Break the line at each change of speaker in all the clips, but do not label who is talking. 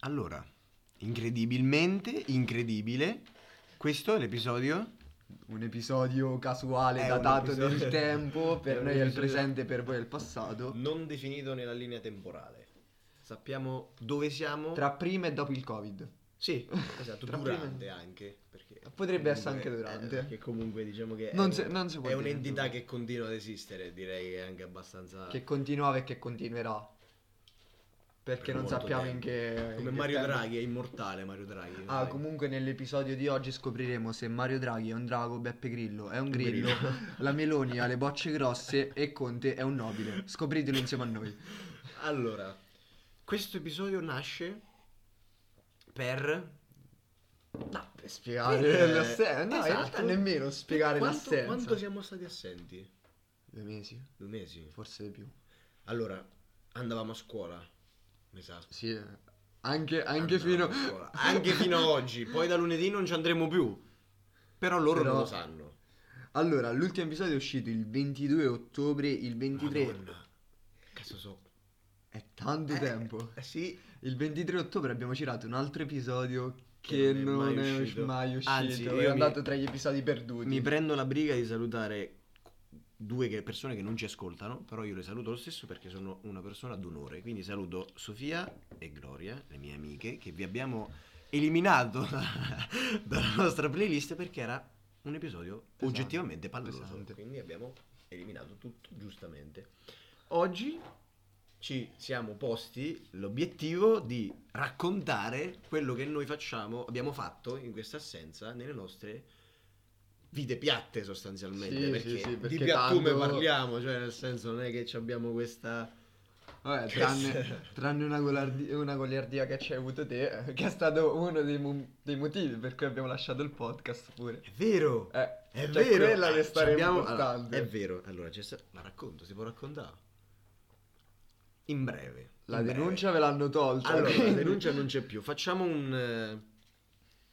Allora, incredibilmente, incredibile, questo è l'episodio
Un episodio casuale
È un
datato
episodio-
nel tempo, per
È un
noi è il
episodio-
presente, per voi è il passato.
Non definito nella linea temporale. Sappiamo dove siamo.
Tra prima e dopo il Covid.
Sì, esatto,
Tra
durante
prima-
anche. Perché
Potrebbe essere
comunque-
anche durante.
eh, Perché comunque diciamo che
Non
è,
si- non si può
è
dire
un'entità
durante.
che continua ad esistere, direi che è anche abbastanza...
Che continuava e che continuerà. Perché
Per
non
molto
sappiamo in
tempo.
che. in
Come
che
Mario
tempo.
Draghi, è immortale Mario Draghi.
Ah,
sai.
comunque nell'episodio di oggi scopriremo se Mario Draghi è un drago, Beppe Grillo è un grillo,
grillo.
la Meloni ha le bocce grosse e Conte è un nobile. Scopritelo insieme a noi.
Allora, questo episodio nasce per... No,
Per spiegare
Eh,
l'assenza. No, in realtà
esatto.
nemmeno spiegare
quanto,
l'assenza.
Quanto siamo stati assenti?
Due mesi,
Due mesi.
forse di più.
Allora, andavamo a scuola, mi sa.
Sì, eh. anche, anche fino...
Andavamo a scuola. Anche fino a oggi, poi da lunedì non ci andremo più. Però loro
Però-
non lo sanno.
Allora, l'ultimo episodio è uscito il 22 ottobre, il 23...
Madonna. Cazzo so.
È tanto
Eh,
tempo.
eh, sì,
Il 23 ottobre abbiamo girato un altro episodio
Che
che non è mai uscito.
Anzi, io
è
mi-
andato tra gli episodi perduti.
Mi prendo la briga di salutare due che- persone che non ci ascoltano, però io le saluto lo stesso perché sono una persona d'onore. Quindi saluto Sofia e Gloria, le mie amiche, che vi abbiamo eliminato da- dalla nostra playlist perché era un episodio
Pesante,
oggettivamente palloso.
pesante.
Quindi abbiamo eliminato tutto giustamente. Oggi ci siamo posti l'obiettivo di raccontare quello che noi facciamo, abbiamo fatto in questa assenza nelle nostre vite piatte sostanzialmente,
Sì,
perché,
sì, sì, perché
di piattume
tanto-
parliamo, cioè nel senso non è che ci abbiamo questa...
Vabbè,
Che
tranne,
se-
tranne una, goliardi- una goliardia che ci hai avuto te, eh, che è stato uno dei, mo- dei motivi per cui abbiamo lasciato il podcast pure.
È vero!
Eh,
È
cioè,
vero!
Quella
eh,
è storia
abbiamo- allora,
importante.
è vero, allora c'è sta- la racconto, si può raccontare? In breve.
La
in breve.
denuncia ve l'hanno tolta.
Allora, la
quindi-
denuncia non c'è più, facciamo un, eh,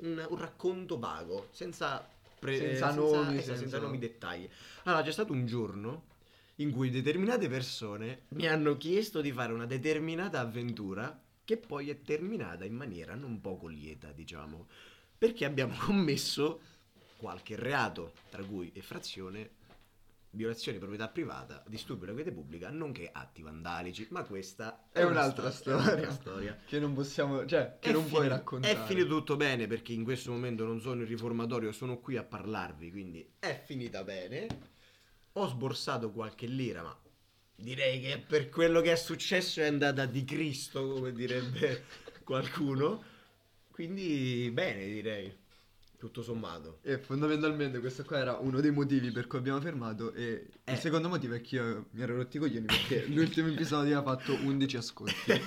un- un racconto vago, senza, pre-
Senza nomi,
eh, senza,
senza-
nomi dettagli. Allora, c'è stato un giorno in cui determinate persone mi hanno chiesto di fare una determinata avventura che poi è terminata in maniera non poco lieta, diciamo, perché abbiamo commesso qualche reato, tra cui effrazione, violazione di proprietà privata, disturbio della quiete pubblica, nonché atti vandalici, ma questa
È
una
un'altra
sto- è
storia.
un'altra storia.
Che non possiamo, cioè, che
È
non puoi
finito-
raccontare.
È finito tutto bene perché in questo momento non sono in riformatorio, sono qui a parlarvi, quindi è finita bene. Ho sborsato qualche lira, ma direi che per quello che è successo è andata di Cristo, come direbbe qualcuno. Quindi bene, direi. Tutto sommato.
E fondamentalmente questo qua era uno dei motivi per cui abbiamo fermato e il
Eh.
secondo motivo è che io mi ero rotto i coglioni perché l'ultimo episodio ha fatto 11 ascolti.
e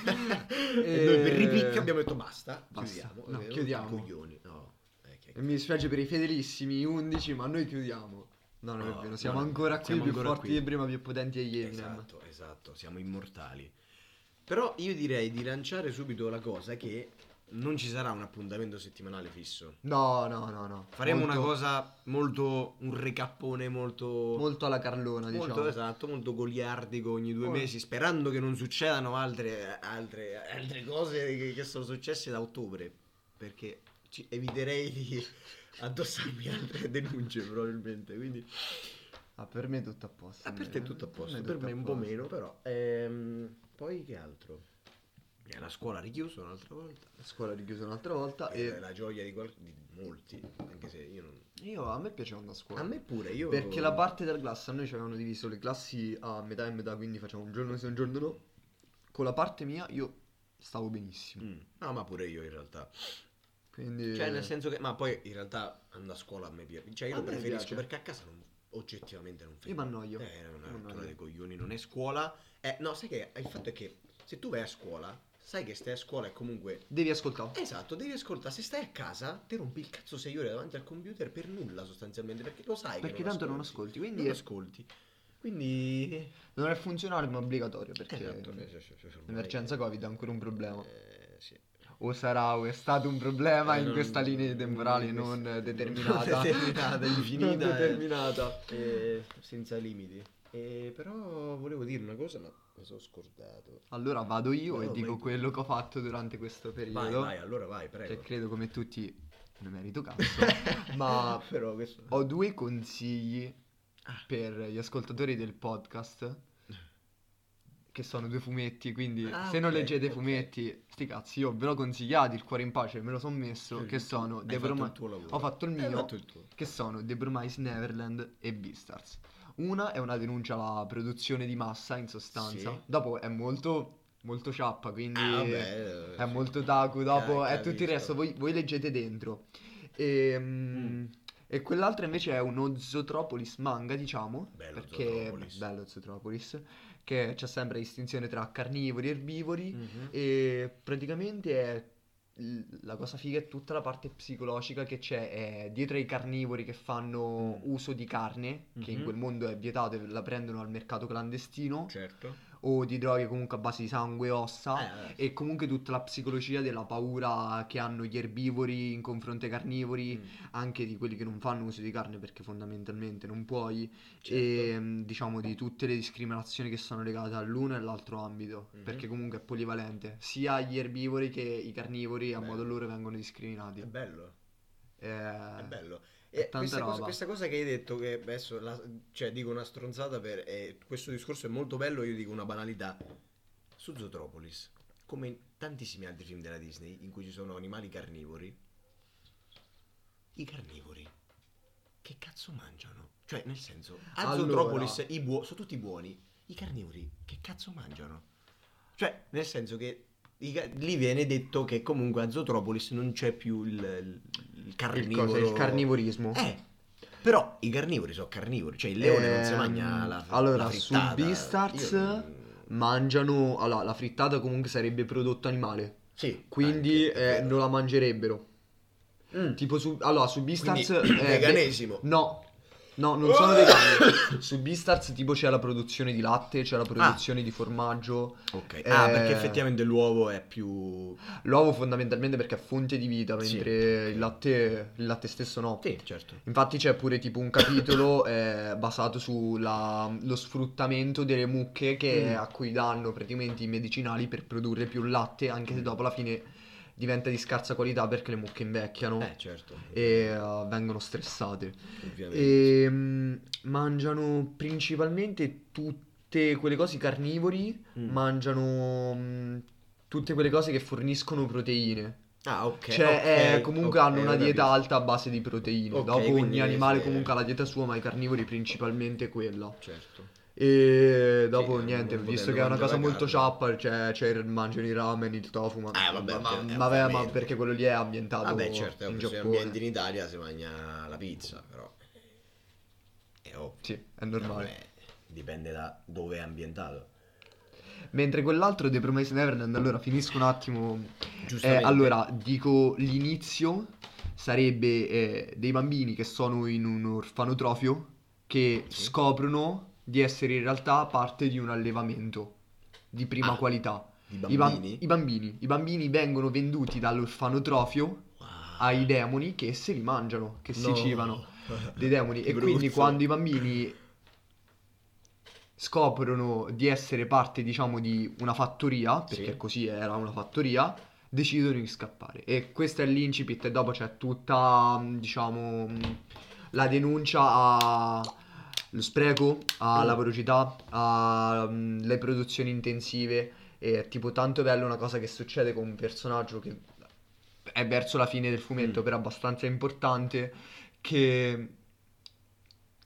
E-
noi per ripicca abbiamo detto basta,
Eh. Basta,
chiudiamo.
no,
eh,
chiudiamo.
coglioni, no, eh, che-
E mi dispiace per i fedelissimi 11, ma noi chiudiamo. No, non
No,
è vero, siamo
no,
ancora qui
siamo
più
ancora
forti
qui.
di prima, più potenti di Eminem.
Esatto, esatto, siamo immortali. Però io direi di lanciare subito la cosa che non ci sarà un appuntamento settimanale fisso.
No, no, no, no.
Faremo
Molto-
una cosa molto un recappone molto
molto alla Carlona,
molto,
diciamo.
esatto, molto goliardico ogni due
Oh.
mesi, sperando che non succedano altre, altre, altre cose che, che sono successe da ottobre, perché ci- eviterei di addossarmi altre denunce probabilmente, quindi
Ah, per me è tutto a posto.
Ah, per te è tutto a posto,
è
per
tutto
me
a
un po'
posto.
meno, però. Ehm, poi che altro? Eh, La scuola ha richiuso un'altra volta.
La scuola è richiusa un'altra volta
E...
e
la gioia di, qual- di molti, anche se io non...
io a me piaceva andare a scuola.
A me pure, io...
Perché la parte della classe a noi ci avevano diviso le classi a metà e metà, quindi facciamo un giorno sì, un giorno no. Con la parte mia io stavo benissimo.
Mm. No, ma pure io in realtà.
Quindi
Cioè, nel senso che... Ma poi in realtà andare a scuola a me piace. Cioè, io
A
lo
me
preferisco
piace.
perché a casa non... oggettivamente non fai.
io mi annoio.
Eh, è una
Mi
rottura
annoio.
dei coglioni, non è scuola. Eh, no, sai che il fatto è che se tu vai a scuola, sai che stai a scuola e comunque
Devi ascoltare.
Esatto, devi ascoltare, se stai a casa ti rompi il cazzo sei ore davanti al computer per nulla sostanzialmente, Eh, perché lo sai.
perché
che
tanto non ascolti, quindi
Non
è-
ascolti. Quindi...
non è funzionale ma è obbligatorio perché
Esatto, sì, sì, sì, sì, ormai-
l'emergenza Covid è ancora un problema.
Eh, sì.
O sarà o è stato un problema
Eh,
in
non-
questa linea temporale
in questa-
non determinata.
eh. non determinata, infinita,
Non determinata.
eh, senza limiti. Eh, però volevo dire una cosa, ma mi sono scordato.
Allora vado io
No,
e dico
vai tu.
quello che ho fatto durante questo
Vai,
periodo.
vai, allora vai,
che
prego.
credo come tutti non merito cazzo. ma
però questo...
ho due consigli
Ah.
per gli ascoltatori del podcast. Che sono due fumetti, quindi
Ah,
se non
ok,
leggete
ok.
fumetti, sti cazzi, io ve l'ho consigliato, il cuore in pace, me lo son messo, che sono
Hai
The
fatto
Broma-
il tuo lavoro.
Ho fatto il
Hai
mio,
fatto il tuo.
che sono The Promise Neverland e Beastars. Una è una denuncia alla produzione di massa, in sostanza.
Sì.
Dopo è molto, molto ciappa, quindi
Ah, vabbè,
è molto taku. Dopo
Ca-
è tutto il
capisco.
resto, voi, voi leggete dentro. E, mm, e quell'altra invece è uno Zootropolis manga, diciamo.
Bello
perché
Zootropolis.
bello Zootropolis. Che c'è sempre distinzione tra carnivori e erbivori.
Mhm.
E praticamente è- l- la cosa figa è tutta la parte psicologica che c'è è dietro ai carnivori che fanno
Mm.
uso di carne, che in
Mhm.
quel mondo è vietato e la prendono al mercato clandestino,
Certo.
o di droghe comunque a base di sangue e ossa.
Eh, eh.
E comunque tutta la psicologia della paura che hanno gli erbivori in confronto ai carnivori,
Mm.
anche di quelli che non fanno uso di carne perché fondamentalmente non puoi, e
Certo.
mh, diciamo di tutte le discriminazioni che sono legate all'uno e all'altro ambito,
Mhm.
perché comunque è polivalente, sia gli erbivori che i carnivori a
Bello.
modo loro vengono
È
discriminati.
bello,
Eh,
è bello.
è
E
tanta
questa cosa,
roba.
questa cosa che hai detto, che adesso la- cioè, dico una stronzata per... eh, questo discorso è molto bello, io dico una banalità. Su Zootropolis, come in tantissimi altri film della Disney in cui ci sono animali carnivori, i carnivori che cazzo mangiano? Cioè, nel senso, a
Allora.
Zootropolis i buo- sono tutti buoni, i carnivori che cazzo mangiano? Cioè, nel senso che i ca- lì viene detto che comunque a Zootropolis non c'è più il, il- il
il, cosa,
carnivoro.
il carnivorismo.
Eh, però i carnivori sono carnivori, cioè il leone non si
Ehm,
mangia la
allora,
la
su
frittata.
Beastars-
Io non-
Mangiano, allora, la frittata comunque sarebbe prodotto animale,
Sì,
quindi
anche, è
eh,
vero.
non la mangerebbero.
Mm.
Tipo su, allora, su Beastars...
Quindi,
eh, beh-
veganesimo.
No, no, non sono vegani. Su Beastars tipo c'è la produzione di latte, c'è la
Ah.
produzione di formaggio.
Ok. Ah,
Eh,
perché effettivamente l'uovo è più
L'uovo fondamentalmente perché è fonte di vita,
Sì,
mentre
ok.
il, latte, il latte stesso no.
Sì, certo.
Infatti c'è pure tipo un capitolo eh, basato sullo sfruttamento delle mucche che,
Mm.
a cui danno praticamente i medicinali per produrre più latte, anche se
Mm.
dopo alla fine diventa di scarsa qualità perché le mucche invecchiano
Eh, certo.
e eh, vengono stressate.
Ovviamente.
E mm, mangiano principalmente tutte quelle cose i carnivori,
Mm.
mangiano mm, tutte quelle cose che forniscono proteine.
Ah, ok.
cioè,
ok,
eh, comunque
ok,
hanno una
ho capito.
dieta alta a base di proteine.
Ok,
Dopo
quindi
ogni animale
se-
comunque ha la dieta sua, ma i carnivori principalmente quella.
Certo.
E dopo
Sì,
niente,
non
visto
potendo
che è una cosa
mangiare
molto
carne.
ciappa, cioè, c'è il- mangiano i ramen, il tofu, ma,
Eh, vabbè,
ma-
ovvia- eh,
vabbè, ma
ovviamente.
perché quello lì è ambientato
Vabbè, certo, è
in
ovvio, se
Giappone.
ambienti in Italia si mangia la pizza, però è ovvio.
Sì, è normale.
Vabbè, dipende da dove è ambientato.
Mentre quell'altro The Promised Neverland, allora finisco un attimo. Eh,
Giustamente.
allora, dico l'inizio sarebbe eh, dei bambini che sono in un orfanotrofio che
Sì.
scoprono di essere in realtà parte di un allevamento di prima
Ah,
qualità.
i
I, bam-
bambini
i bambini. I bambini vengono venduti dall'orfanotrofio
Wow.
ai demoni che se li mangiano, Ah, che si
No.
civano dei demoni. E
Bruzzo.
quindi quando i bambini scoprono di essere parte, diciamo, di una fattoria, perché
Sì.
così era una fattoria, decidono di scappare. E questo è l'incipit e dopo c'è tutta, mh, diciamo, mh, la denuncia a... Lo spreco alla
Mm.
velocità, alle produzioni intensive, e è tipo tanto bello una cosa che succede con un personaggio che è verso la fine del fumetto,
Mm.
però abbastanza importante, che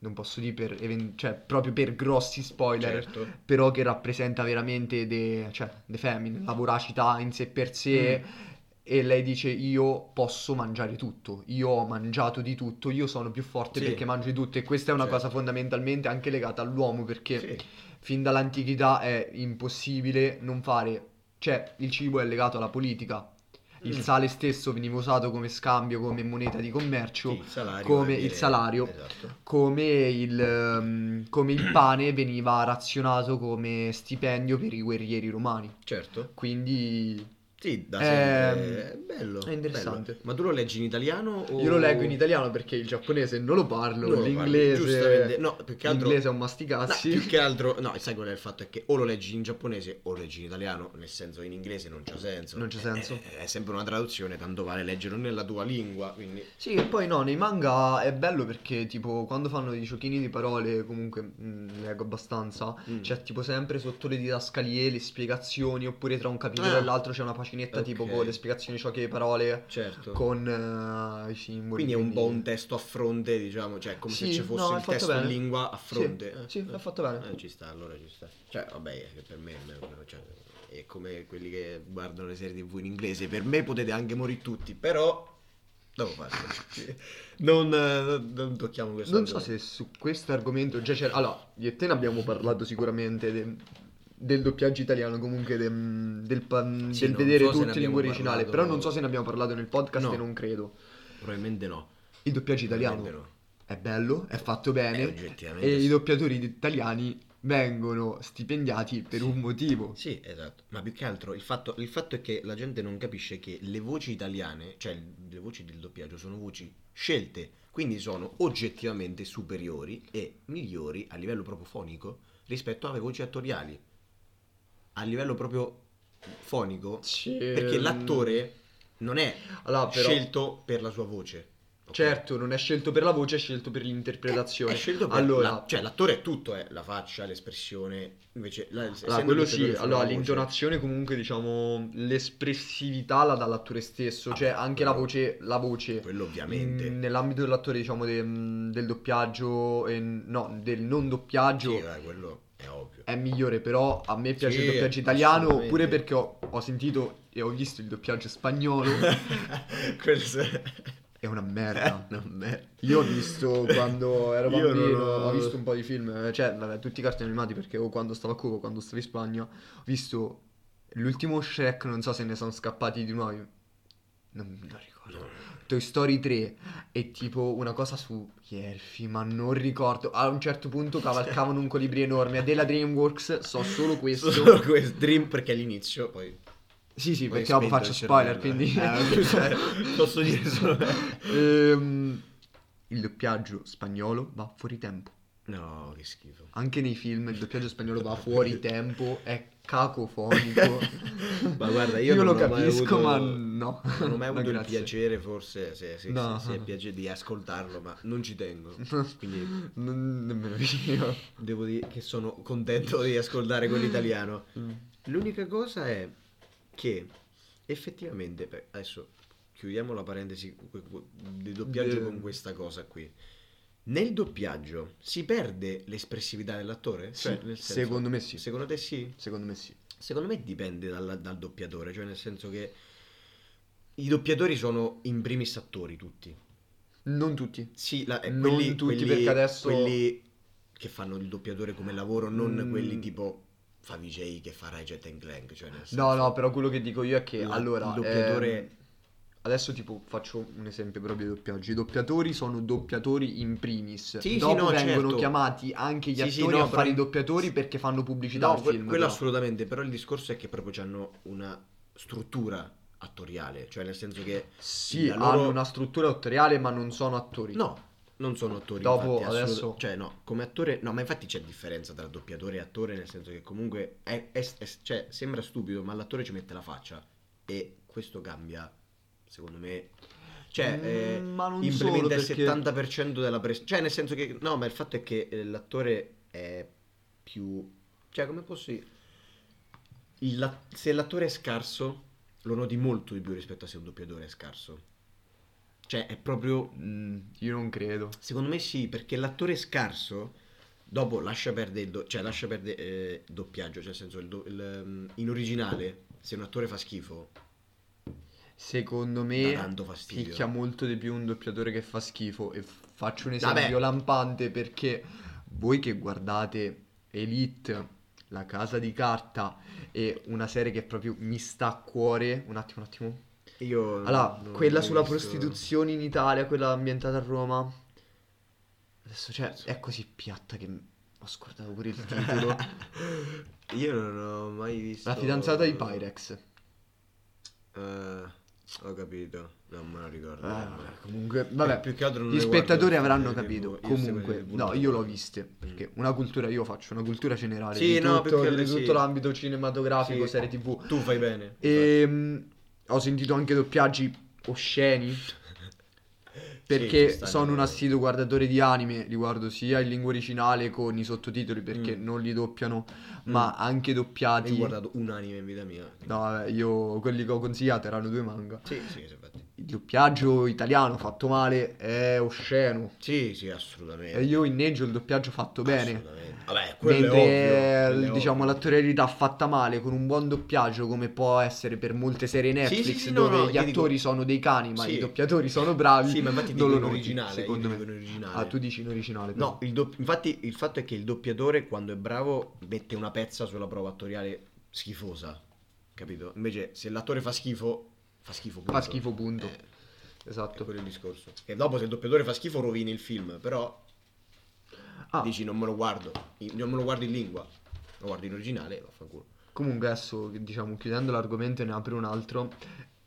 non posso dire per even- cioè, proprio per grossi spoiler,
Certo.
però che rappresenta veramente de, cioè, de femmine, la voracità in sé per sé.
Mm.
E lei dice: Io posso mangiare tutto, io ho mangiato di tutto, io sono più forte
Sì.
perché mangio di tutto. E questa è una
Certo.
cosa fondamentalmente anche legata all'uomo, perché
Sì.
fin dall'antichità è impossibile non fare. Cioè, il cibo è legato alla politica. Il
Mm.
sale stesso veniva usato come scambio, come moneta di commercio,
Sì, il salario
come
è
il
dire-
salario.
Esatto.
come il, ehm, come il pane veniva razionato come stipendio per i guerrieri romani.
Certo.
Quindi
Sì, da
Eh,
sempre. È bello.
è interessante.
bello. Ma tu lo leggi in italiano o...
Io lo leggo in italiano perché il giapponese non lo parlo,
Oh. Non lo parli,
l'inglese...
giustamente. No, più che altro-
L'inglese è un
No,
masticazzi.
più che altro, no, sai qual è il fatto? È che o lo leggi in giapponese o lo leggi in italiano, nel senso in inglese non c'ha senso.
Non c'ha
È-
senso.
È, è sempre una traduzione, tanto vale leggerlo nella tua lingua, quindi...
Sì, e poi no, nei manga è bello perché tipo quando fanno dei giochini di parole, comunque mh, leggo abbastanza,
Mm.
c'è Cioè, tipo sempre sotto le didascalie le spiegazioni, oppure tra un capitolo
Ah.
e l'altro c'è una paginetta tipo
Ok.
con le spiegazioni, ciò che le parole
Certo.
con eh, i simboli.
Quindi è un po' un testo a fronte, diciamo, cioè come se
Sì,
ci fosse
no, è
il
fatto
testo in
bene.
lingua a fronte.
Sì, sì, l'ha fatto bene.
Eh, ci sta, allora ci sta. Cioè, vabbè, è che per me è- cioè, è come quelli che guardano le serie TV in inglese. Per me potete anche morire tutti, però... Devo farlo. non, eh, non tocchiamo questo.
Non so
argomento.
se su questo argomento già c'era... Allora, io e te ne abbiamo parlato sicuramente de- del doppiaggio italiano, comunque de- del, pa-
Sì,
del
non so
vedere
se ne
tutto in
abbiamo
lingua originale,
parlato-
però non so se ne abbiamo parlato nel podcast
No.
e non credo.
Probabilmente no.
Il doppiaggio italiano
Probabilmente no.
è bello, è fatto
Eh,
bene
oggettivamente
e
sì.
i doppiatori italiani vengono stipendiati per un motivo.
Sì, esatto. Ma più che altro il fatto, il fatto è che la gente non capisce che le voci italiane, cioè le voci del doppiaggio, sono voci scelte, quindi sono oggettivamente superiori e migliori a livello proprio fonico rispetto alle voci attoriali. A livello proprio fonico, perché l'attore non è
ehm, Allora, però-
scelto per la sua voce. ok? Eh,
Certo, non è scelto per la voce, è scelto per
È
l'interpretazione.
scelto per
allora,
la- cioè l'attore è tutto, è la faccia, l'espressione, invece la,
allora,
essendo
quello
tutte e due
sì,
sulla
allora
voce-
l'intonazione comunque diciamo l'espressività la dà l'attore stesso,
Ah,
cioè
beh,
anche la
quello-
voce, la voce
Quello ovviamente.
mh, nell'ambito dell'attore diciamo de- mh, del doppiaggio, e, no, del non doppiaggio
Sì, eh, quello è ovvio.
è migliore, però a me piace
Sì,
il doppiaggio italiano
assolutamente.
pure perché ho, ho sentito e ho visto il doppiaggio spagnolo.
quello se-
è una merda.
Non me.
Io ho visto quando ero
Io non
bambino,
ho-
ho... visto un po' di film, eh, cioè vabbè, tutti i cartoni animati perché o quando stavo a Cuba, o quando stavo in Spagna, ho visto l'ultimo Shrek, non so se ne sono scappati di nuovi. Non, non ricordo. Toy Story 3 e tipo una cosa su Yerfi, ma non ricordo. A un certo punto cavalcavano un colibrì enorme della DreamWorks, so solo questo.
Solo questo dream perché all'inizio poi
Sì, sì,
Poi
perché dopo
spento
faccio
il
spoiler,
cervello.
quindi... Cioè,
Eh, ok, posso dire solo-
Ehm, il doppiaggio spagnolo va fuori tempo.
no, che schifo.
Anche nei film il doppiaggio spagnolo va fuori tempo, è cacofonico.
Ma guarda, io
lo
non ho mai
capisco,
avuto-
ma no.
Non ho mai
No,
avuto il
grazie.
piacere forse se, se,
No.
se- se è piacere di ascoltarlo, ma non ci tengo. Quindi
Non, nemmeno io.
devo dire che sono contento di ascoltare quell'italiano. L'unica cosa è che effettivamente, beh, adesso chiudiamo la parentesi que- que- del doppiaggio
De-
con questa cosa qui. Nel doppiaggio si perde l'espressività dell'attore? Cioè,
Sì, secondo me sì.
Secondo te sì?
Secondo me sì.
Secondo me dipende dalla- dal, doppiatore, cioè nel senso che i doppiatori sono in primis attori tutti.
Non tutti.
Sì, la- eh,
Non
quelli,
tutti,
quelli-
perché adesso-
quelli che fanno il doppiatore come lavoro, non
Mm.
quelli tipo Favij che fa Ratchet and Clank, cioè nel senso-
No, no, però quello che dico io è che
La-
allora
il doppiatore-
ehm, adesso tipo faccio un esempio proprio di doppiaggio. I doppiatori sono doppiatori in primis.
Sì, sì,
Dopo
no,
vengono
certo.
chiamaci anche gli
Sì,
attori
sì, no,
a fare
però-
i doppiatori perché fanno pubblicità
No,
al
que-
film.
quello
però.
assolutamente, però il discorso è che proprio hanno una struttura attoriale, cioè nel senso che
Sì,
la loro-
hanno una struttura attoriale, ma non sono attori.
no, non sono attori.
Dopo,
infatti, assolut-
adesso-
cioè no, come attore no, ma infatti c'è differenza tra doppiatore e attore, nel senso che comunque è- è- è- cioè, sembra stupido, ma l'attore ci mette la faccia e questo cambia secondo me cioè
Mm,
eh,
ma non solo,
implementa il
perché-
70% della pressione cioè nel senso che no ma il fatto è che eh, l'attore è più cioè come posso dire Il la- se l'attore è scarso lo noti molto di più rispetto a se un doppiatore è scarso cioè è proprio
Mm, io non credo.
secondo me sì perché l'attore scarso dopo lascia perdere il do- cioè lascia perdere eh, il doppiaggio cioè nel senso il do- il, mm, in originale se un attore fa schifo
Secondo
dà
me
tanto fastidio
picchia molto di più un doppiatore che fa schifo. E f- faccio un
Vabbè.
esempio lampante perché voi che guardate Elite, La casa di carta e una serie che proprio mi sta a cuore. Un attimo, un attimo.
Io
Allora,
non
quella
l'ho
sulla
visto.
prostituzione in Italia, quella ambientata a Roma. Adesso, cioè, è così piatta che ho scordato pure il titolo.
Io non ho mai visto.
La fidanzata di Pyrex.
Ah, ho capito. No, me lo ricordo.
Ah,
Vabbè.
vabbè, comunque, vabbè,
eh, più che altro non
gli
le guardo
spettatori
le
avranno
serie
capito.
TV, io seguo le
Comunque,
TV
no,
non
io
le
l'ho
guardo. Mm.
viste perché una cultura io faccio, una cultura generale
Sì,
di
no,
tutto,
perché
di
sì.
tutto l'ambito cinematografico,
Sì.
serie TV.
Tu fai bene.
E mh, ho sentito anche doppiaggi osceni
Infatti.
perché
Sì, ci sta,
sono
no.
un assiduo guardatore di anime, li guardo sia in lingua originale con i sottotitoli perché
Mm.
non li doppiano, ma anche doppiati.
Hai guardato un anime in vita mia.
No, vabbè, io quelli che ho consigliato erano due manga.
Sì, sì, sì, infatti.
Il doppiaggio italiano fatto male è osceno.
Sì, sì, assolutamente.
E io inneggio il doppiaggio fatto bene.
Assolutamente. Vabbè, quello
Mentre
è
eh,
ovvio. quello è
diciamo
ovvio.
l'attorialità fatta male con un buon doppiaggio come può essere per molte serie Netflix
sì, sì, no,
dove
no,
gli
io
attori
dico-
sono dei cani ma
Sì.
i doppiatori sono bravi.
Sì, ma infatti
non
dico
lo
in
noti,
originale, io
secondo me.
dico in originale.
Ah, tu dici in originale. però.
No, il dopp- infatti il fatto è che il doppiatore quando è bravo mette una pezza sulla prova attoriale schifosa, capito? Invece se l'attore fa schifo, fa schifo punto.
Fa schifo punto.
Eh, è
Esatto.
quello il discorso. E dopo se il doppiatore fa schifo rovini il film, però
Ah,
dici non me lo guardo, in- non me lo guardo in lingua, lo guardo in originale, vaffanculo.
comunque adesso diciamo chiudendo l'argomento ne apro un alttro.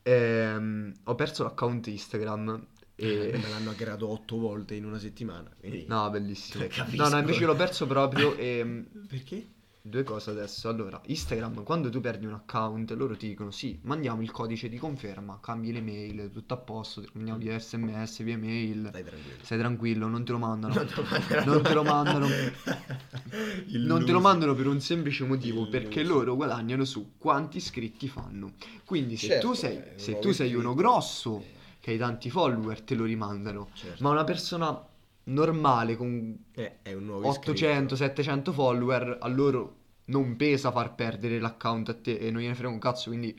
Ehm, ho perso l'account Instagram
E
e
Eh, me l'hanno hackerato otto volte in una settimana. quindi- cioè,
No, bellissimo.
Ah, Capisco. Eh,
No, no, invece l'ho perso proprio ehm, e mh,
Perché?
due cose adesso. Allora, Instagram, quando tu perdi un account, loro ti dicono "Sì, mandiamo il codice di conferma, cambi le mail, tutto a posto, ti mandiamo via SMS, via mail.
Dai tranquillo.
Stai tranquillo, non te lo mandano".
Non te lo manderanno.
Non te lo mandano.
Il
non te
loser.
lo mandano per un semplice motivo,
Il
perché
loser.
loro guadagnano su quanti iscritti fanno. Quindi se
Certo,
tu sei
eh,
se
lo
tu sei
iscritti.
uno grosso che hai tanti follower te lo rimandano,
Eh, Certo.
ma una persona normale con
Eh, è un nuovo iscritto.
800, 700 follower, a loro non pesa far perdere l'account a te e non gliene frega un cazzo, quindi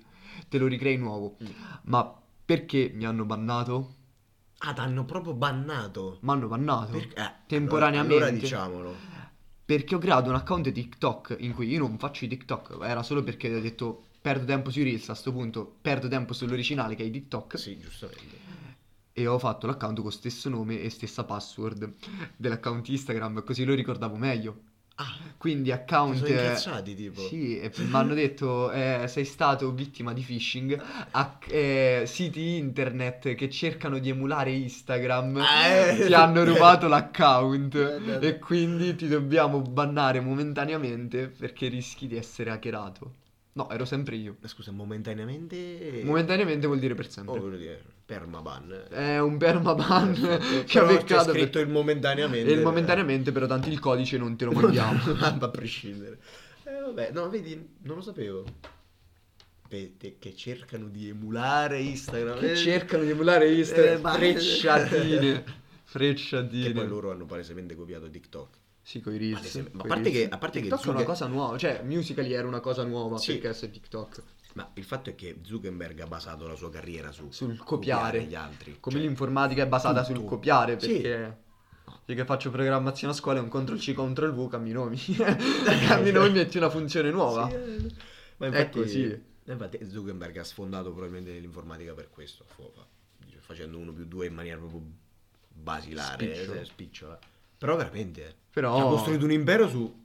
te lo ricrei nuovo.
Mm.
Ma perché mi hanno bannato?
Ah, t'hanno proprio bannato.
Mi hanno bannato
Perché? eh,
temporaneamente.
Allora, allora diciamolo.
Perché ho creato un account TikTok in cui io non faccio i TikTok, era solo perché ho detto perdo tempo sui Reels a sto punto, perdo tempo sull'originale che è i TikTok
Sì, giustamente.
e ho fatto l'account con stesso nome e stessa password dell'account Instagram, così lo ricordavo meglio.
Ah,
Quindi
si
account
sono incazzati tipo.
Sì, e mi hanno detto eh, sei stato vittima di phishing, hack- eh, siti internet che cercano di emulare Instagram
Eh.
ti hanno rubato l'account
Eh, eh, eh.
e quindi ti dobbiamo bannare momentaneamente perché rischi di essere hackerato. No, ero sempre io.
Ma Scusa, momentaneamente...
Momentaneamente vuol dire per sempre.
Oh, voglio dire, permaban. eh.
È un permaban
Perfetto.
che ha
Eh, Però c'è
beccato per-
scritto il momentaneamente.
E il momentaneamente però tanto il codice non te lo mandiamo.
Ma a prescindere. Eh, vabbè, no, vedi, non lo sapevo. Vedi che cercano di emulare Instagram.
che
Eh,
cercano di emulare
eh, ma-
Instagram. frecciatine.
Che poi
Frecciatine.
loro hanno palesemente copiato TikTok.
Sì, coi reels.
Palesemente. Ma a
coi
parte
reels.
che- a parte che
TikTok è una
Zucca-
cosa nuova, cioè Musical.ly era una cosa nuova
Sì.
perché adesso è TikTok.
Ma il fatto è che Zuckerberg ha basato la sua carriera su
Sul copiare.
gli altri.
Come
Cioè,
l'informatica è basata
tutto.
sul copiare
Sì.
perché io che faccio programmazione a scuola è un ctrl C ctrl V cambi i nomi. cambi i nomi e c'è una funzione nuova.
Sì,
Ecco,
eh. Ma
È così.
infatti Zuckerberg ha sfondato probabilmente l'informatica per questo, fo- fa- dice, facendo uno più due in maniera proprio basilare, eh,
Spicciola.
spicciola. Però veramente eh.
Però-
Cioè, ha costruito un impero su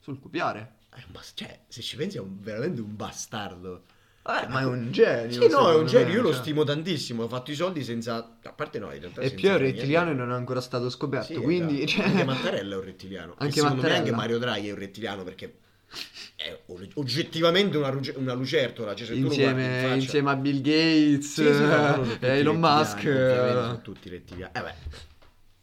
Sul copiare.
è un bas- cioè, se ci pensi è un- veramente un bastardo.
Eh, ma è un genio.
Sì, no, è
secondo
un genio,
me,
io lo
cioè.
stimo tantissimo, ha fatto i soldi senza a parte no, in realtà
E
senza
Piero
fare
il rettiliano
niente.
non è ancora stato scoperto,
Sì,
quindi
esatto.
cioè,
anche Mattarella è un rettiliano.
Anche
Anche secondo
Mattarella.
me anche Mario Draghi è un rettiliano perché è o- oggettivamente una, ruge- una lucertola. Cioè, se tu lo guardi in
insieme,
faccia-
insieme a Bill Gates
Sì, sì, no, no, no,
eh,
sono tutti
e Elon
rettiliani,
Musk.
ovviamente
eh.
sono tutti rettiliani. Eh beh,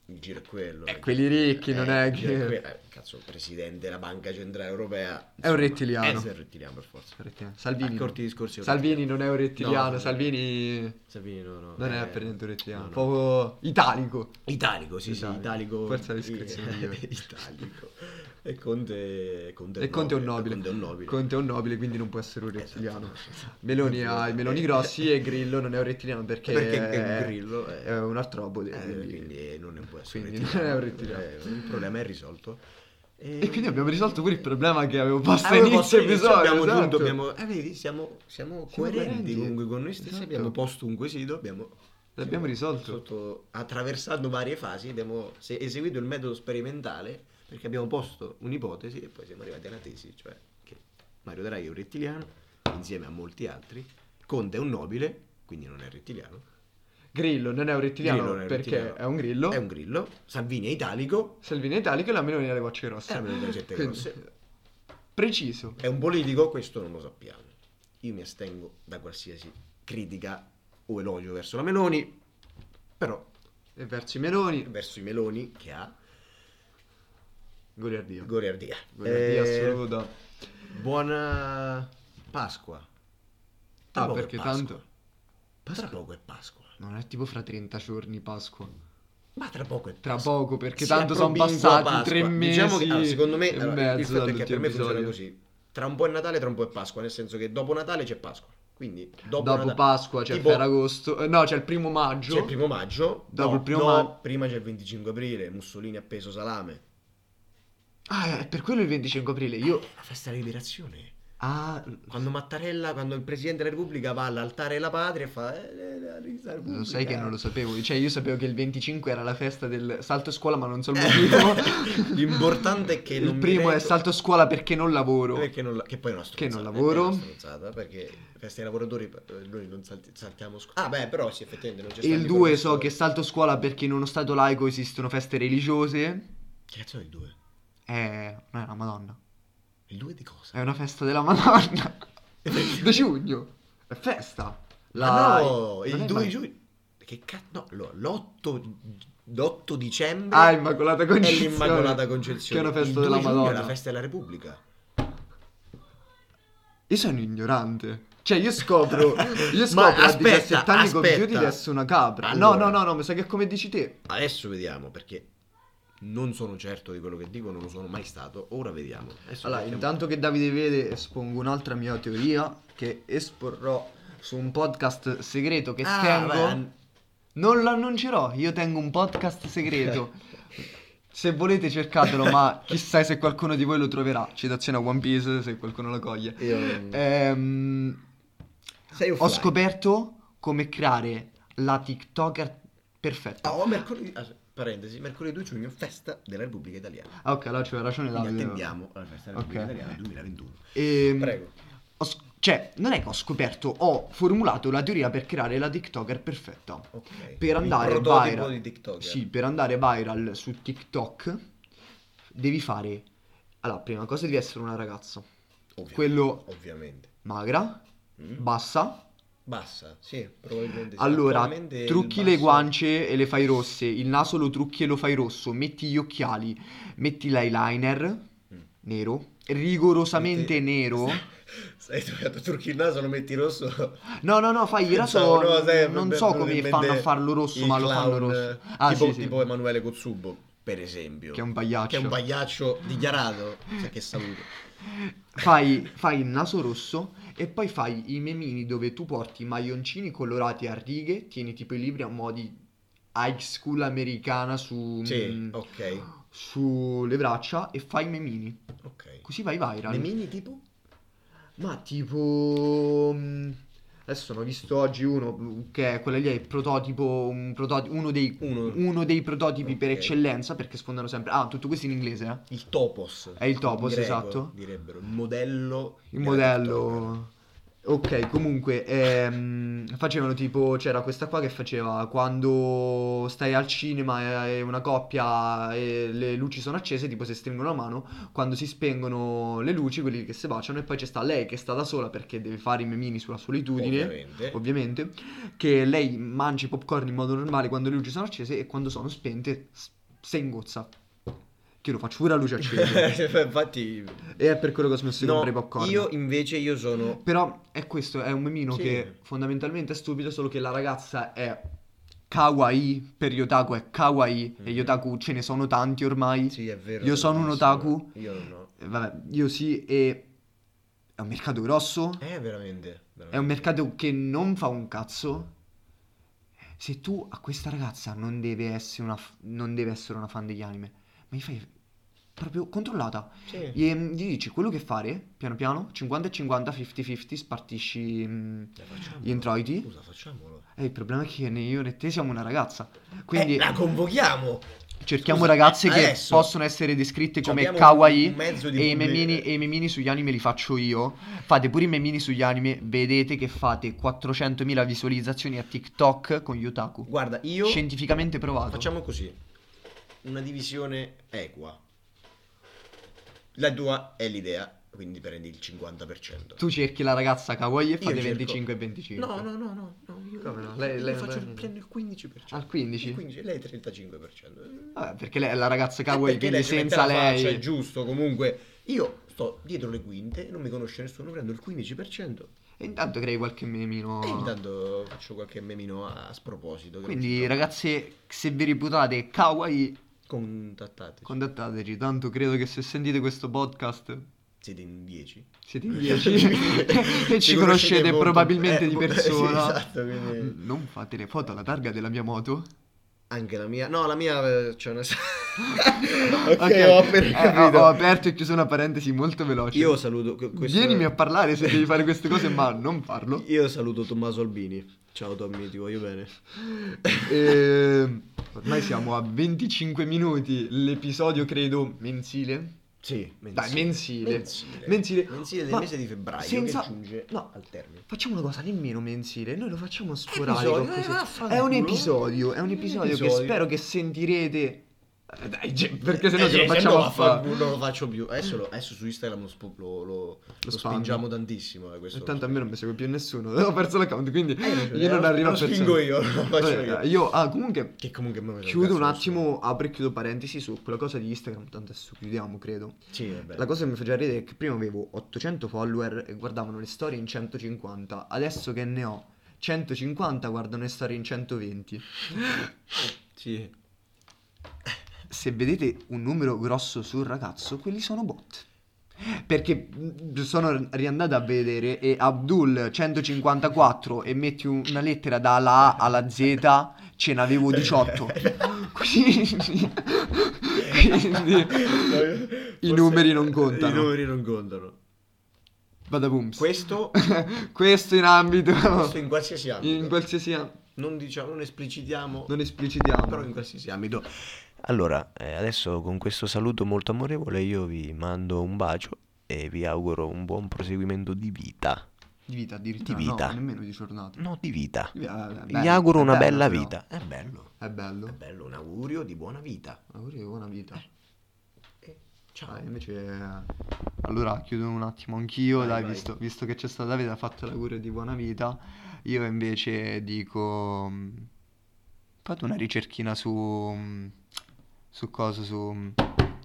il giro è quello.
Eh, quelli ricchi, non è
il giro
che-
quello. Eh, cazzo, il presidente della Banca Centrale Europea eh,
È un rettiliano.
È un rettiliano per forza.
Rettiliano. Salvini.
A corti discorsi
Salvini
rettiliano.
non è un rettiliano,
No, no.
Salvini
Salvini no, no.
non
eh,
è per niente un rettiliano,
no, no.
proprio italico.
Italico, sì,
Italico.
sì, italico. Eh,
Forza l'iscrizione migliore.
italico. E Conte, Conte,
E Conte è un nobile.
Conte è un nobile.
Conte è un nobile, quindi non può essere un
Esatto.
rettiliano. Meloni ha i meloni grossi e Grillo non è un rettiliano perché,
Perché è un grillo, eh.
è un artrobode.
Eh,
quindi-
quindi non ne può essere
quindi non è un rettiliano.
Eh, il problema è risolto. Eh,
E quindi abbiamo risolto pure il problema che avevo posto
Avevo posto
inizio
inizio,
episodio.
abbiamo
esatto.
giunto, abbiamo- eh, vedi, siamo, siamo coerenti,
coerenti.
comunque con noi stessi.
Esatto.
Abbiamo posto un quesito, abbiamo,
L'abbiamo risolto.
sotto- attraversando varie fasi, abbiamo se- eseguito il metodo sperimentale perché abbiamo posto un'ipotesi e poi siamo arrivati alla tesi, cioè che Mario Draghi è un rettiliano insieme a molti altri Conte è un nobile, quindi non è rettiliano.
Grillo non è un rettiliano
Grillo non è
perché
rettiliano.
è un grillo.
È un grillo. Salvini è italico.
Salvini è italico e la Meloni ha le guacce
E
rosse.
Eh, la Meloni ha le guacce
Quindi,
rosse.
Preciso.
È un politico, questo non lo sappiamo. Io mi astengo da qualsiasi critica o elogio verso la Meloni, però
E verso i Meloni.
verso i Meloni che ha
Goliardia.
Goriardia.
Goliardia
Eh,
assoluta.
Buona Pasqua. Tra
Ah,
poco è
perché
Pasqua.
tanto.
Tra poco è Pasqua.
Non è tipo fra 30 giorni Pasqua.
Ma tra poco è
Tra
Pasqua.
poco, perché
Si
tanto
è
sono
propinqua
passati
Pasqua.
tre mesi.
Diciamo che, allora, secondo me,
e
allora, il fatto
mezzo
è che per
dall'ultimo
me funziona
episodio.
così. Tra un po' è Natale, tra un po' è Pasqua, nel senso che dopo Natale c'è Pasqua. Quindi dopo,
Dopo
Natale-
Pasqua c'è
tipo,
Ferragosto. eh, no, c'è il primo maggio.
C'è il primo maggio.
Dopo
no,
il primo
no,
ma-
prima c'è il 25 aprile, Mussolini appeso salame.
Ah, è per quello il 25 aprile. Io.
La festa della liberazione.
Ah.
Quando Mattarella, quando il Presidente della Repubblica va all'altare della patria e fa... eh, eh, la risa
Lo sai che
Repubblica.
non lo sapevo. Cioè, io sapevo che il 25 era la festa del salto scuola, ma non so il motivo.
L'importante è che
il
non mi
primo è
rendo-
salto scuola perché non lavoro.
Eh, Perché non la- che poi è una
Che
stronzata.
non
eh,
lavoro.
è una stronzata, perché festa dei lavoratori eh, noi non salti- saltiamo scu- Ah, beh, però sì, effettivamente non c'è
E
stato
il 2 so che salto scuola perché in uno stato laico esistono feste religiose.
Che cazzo è il 2?
Eh, non è la Madonna.
Il 2 di cosa?
È una festa della Madonna. 2 giugno. È festa.
Ah, no,
non
il
è
2
mai-
giugno. Che cazzo? No, l'8, dicembre
Ah, Immacolata
è
Concezione.
l'Immacolata Concezione.
Che è una
Il
festa
2
della
giugno
Madonna.
È la festa della Repubblica.
Io sono ignorante. Cioè, io scopro. Io
Ma aspetta,
scopro a 17 anni compiuti
aspetta.
di essere una capra.
Allora.
No, no, no, no, mi sa che è come dici te.
Adesso vediamo perché non sono certo di quello che dico, non lo sono mai stato. Ora vediamo. Adesso
Allora,
mettiamo-
intanto che Davide vede, espongo un'altra mia teoria che esporrò su un podcast segreto che
Ah,
tengo.
vai,
Non lo annuncerò, io tengo un podcast segreto. se volete cercatelo, ma chissà se qualcuno di voi lo troverà. Citazione a One Piece se qualcuno lo coglie.
Io-
Ehm,
Sei
ho
offline.
scoperto come creare la TikToker perfetta.
Oh, mercoledì, ah, parentesi, mercoledì 2 giugno, festa della Repubblica Italiana.
Ah, ok, allora c'è ragione
Quindi
Davide.
attendiamo la festa della Repubblica
Ok.
Italiana 2021.
Ehm,
Prego.
ho sc- cioè, non è che ho scoperto, ho formulato la teoria per creare la TikToker perfetta.
Ok.
Per andare
Il prototipo
viral.
di TikTok.
Sì, per andare viral su TikTok devi fare Allora, prima cosa devi essere una ragazza
Ovviamente.
quello-
Ovviamente.
magra,
Mm.
bassa.
Bassa, sì, probabilmente sì.
allora,
Attualmente il
trucchi le
basso-
guance e le fai rosse, il naso lo trucchi e lo fai rosso, metti gli occhiali, metti l'eyeliner
Mm.
nero, rigorosamente
Metti-
nero.
Sei toccato trucchi il naso, lo metti rosso.
No, no, no, fai il
Pensavo,
raso.
no, sai,
non
mi è
so
venuto
come
in
fanno a
mente
farlo rosso,
il
ma lo fanno
clown,
rosso. Ah,
tipo,
sì, sì.
tipo Emanuele Cozzubo, per esempio.
Che è un pagliaccio.
Che è un pagliaccio dichiarato. Sai che saluto.
fai, fai il naso rosso e poi fai i memini dove tu porti i maglioncini colorati a righe, tieni tipo i libri a mo' di high school americana su,
Sì,
mm,
ok.
sulle braccia e fai i memini.
Ok.
Così vai viral.
Le mini tipo?
Ma tipo... mm, Adesso ne ho visto oggi uno mm, che è quello lì, è il prototipo, un prototi- uno, dei,
Uno.
uno dei prototipi per
Ok.
eccellenza perché sfondano sempre... Ah, tutto questo in inglese, eh?
Il topos.
È il topos,
In greco,
esatto.
Direbbero il modello.
Il
della TikToker.
modello. Ok, comunque, ehm, facevano tipo, c'era questa qua che faceva quando stai al cinema e una coppia e le luci sono accese, tipo si stringono la mano, quando si spengono le luci, quelli che si baciano, e poi c'è sta lei che sta da sola perché deve fare i memini sulla solitudine,
Ovviamente.
ovviamente, che lei mangia i popcorn in modo normale quando le luci sono accese e quando sono spente s- se ingozza. Che io lo faccio pure a luce accesa.
Infatti,
e è per quello che ho smesso di
no,
comprare i popcorn.
io invece io sono
Però è questo, è un memino
Sì.
che fondamentalmente è stupido, solo che la ragazza è kawaii, per gli otaku è kawaii, e gli
Mm.
otaku ce ne sono tanti ormai.
Sì, è vero.
Io sono un
tantissimo.
otaku.
Io no.
Eh, Vabbè, io sì, e è un mercato grosso,
Eh, veramente. veramente.
è un mercato che non fa un cazzo. Se tu a questa ragazza non deve essere una, f- non deve essere una fan degli anime, ma gli fai proprio controllata.
Sì.
Gli, mm, gli dici quello che fare, piano piano, 50 e 50, 50-50, spartisci... mm,
Eh, facciamolo.
gli introiti?
Scusa, facciamolo.
Eh, il problema è che né io né te siamo una ragazza. Quindi,
Eh, la convochiamo.
cerchiamo
Scusa,
ragazze che
adesso
possono essere descritte come
abbiamo
kawaii
un mezzo di
e i,
pubblico-
memini, e i memini sugli anime li faccio io. Fate pure i memini sugli anime, vedete che fate 400.000 visualizzazioni a TikTok con gli otaku.
Guarda, io
Scientificamente provato.
facciamo così. Una divisione equa. La tua è l'idea, quindi prendi il 50%.
Tu cerchi la ragazza kawaii e fate
cerco-
25 e 25.
No, no, no, no, no, io,
Come no?
io-
Lei-
io
lei-
faccio il,
lei-
prendo il 15%.
Al 15?
Il 15 lei è 35%.
Vabbè, perché lei è la ragazza
Eh,
kawaii,
perché
quindi
lei ci mette
senza
la
lei...
faccia, è giusto, comunque io sto dietro le quinte, non mi conosce nessuno, prendo il 15%
E intanto crei qualche memino.
e Eh, intanto faccio qualche memino a sproposito. che non ci
Ah. Quindi
sta.
ragazze, se vi riputate kawaii,
contattateci.
contattateci. Tanto credo che se sentite questo podcast
Siete in 10.
siete in 10 e ci conoscete
molto-
probabilmente
eh,
di
mo- eh, sì,
persona.
esatto, quindi-
N- Non fate le foto alla targa della mia moto.
Anche la mia. No, la mia eh, c'è una Ok,
Ok,
ho appena
eh,
capito.
ho- ho aperto e chiuso una parentesi molto veloce.
Io saluto que- questo-
Vienimi a parlare se devi fare queste cose, ma non farlo.
Io saluto Tommaso Albini. Ciao Tommy, ti voglio bene.
Ehm, ormai siamo a 25 minuti. L'episodio credo mensile.
Sì,
Dai, mensile.
Mensile.
Mensile.
Mensile del
Ma
mese di febbraio
senza-
che giunge
no.
al termine.
Facciamo una cosa, nemmeno mensile, noi lo facciamo sporadico.
Episodio, eh,
così.
vaffanculo.
è un episodio, è un episodio che
Episodio.
spero che sentirete. Eh, Dai, ge- perché se no
Eh,
ce lo
sì, se
facciamo
no
a
fa-
fare.
Non lo faccio più. Adesso, lo- adesso su Instagram lo, spo- lo- lo- lo
spam.
spingiamo tantissimo. eh, questo. Eh,
Tanto a me non mi segue più nessuno, ho perso l'account, quindi
ragione,
io non
lo-
arrivo
lo
a persone.
spingo io, lo faccio
Vabbè,
io.
ah, comunque
Che comunque a me me ne
chiudo un
frega nessuno.
attimo, apro e chiudo parentesi su quella cosa di Instagram, tanto adesso chiudiamo, credo.
Sì, vabbè.
La cosa che mi fa già ridere è che prima avevo 800 follower e guardavano le storie in 150, adesso che ne ho 150 guardano le storie in 120.
Sì.
Se vedete un numero grosso sul ragazzo, quelli sono bot. Perché mh, sono riandato a vedere e Abdul 154 e metti un- una lettera dalla A alla Z, ce n'avevo 18. Quindi, quindi i
Forse-
numeri non contano.
I numeri non contano.
Badabooms.
Questo,
questo in ambito
questo in qualsiasi ambito.
in qualsiasi ambito
Non diciamo, non esplicitiamo,
non esplicitiamo
però in qualsiasi ambito. Allora, eh, adesso con questo saluto molto amorevole io vi mando un bacio e vi auguro un buon proseguimento di vita.
di vita addirittura
Di vita.
no nemmeno di giornata
No, di vita.
Di vita, eh,
Vi
bello,
auguro
è
una
bello,
bella
però.
vita. È bello.
è
È
bello
bello, un augurio di buona vita.
auguri di buona vita
Eh,
Ah,
Ciao.
invece allora chiudo un attimo anch'io
eh, Vai,
dai
vai.
Visto, visto che c'è stato Davide ha fatto l'augurio di buona vita io invece dico mm, fate una ricerchina su mm, su cosa su mm,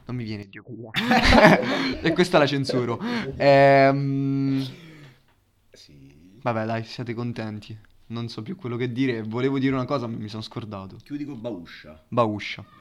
non mi viene Dio e questa la censuro ehm
Sì.
Vabbè, dai, siate contenti. Non so più quello che dire. Volevo dire una cosa, ma mi sono scordato.
Chiudi con Bauscia.
Bauscia.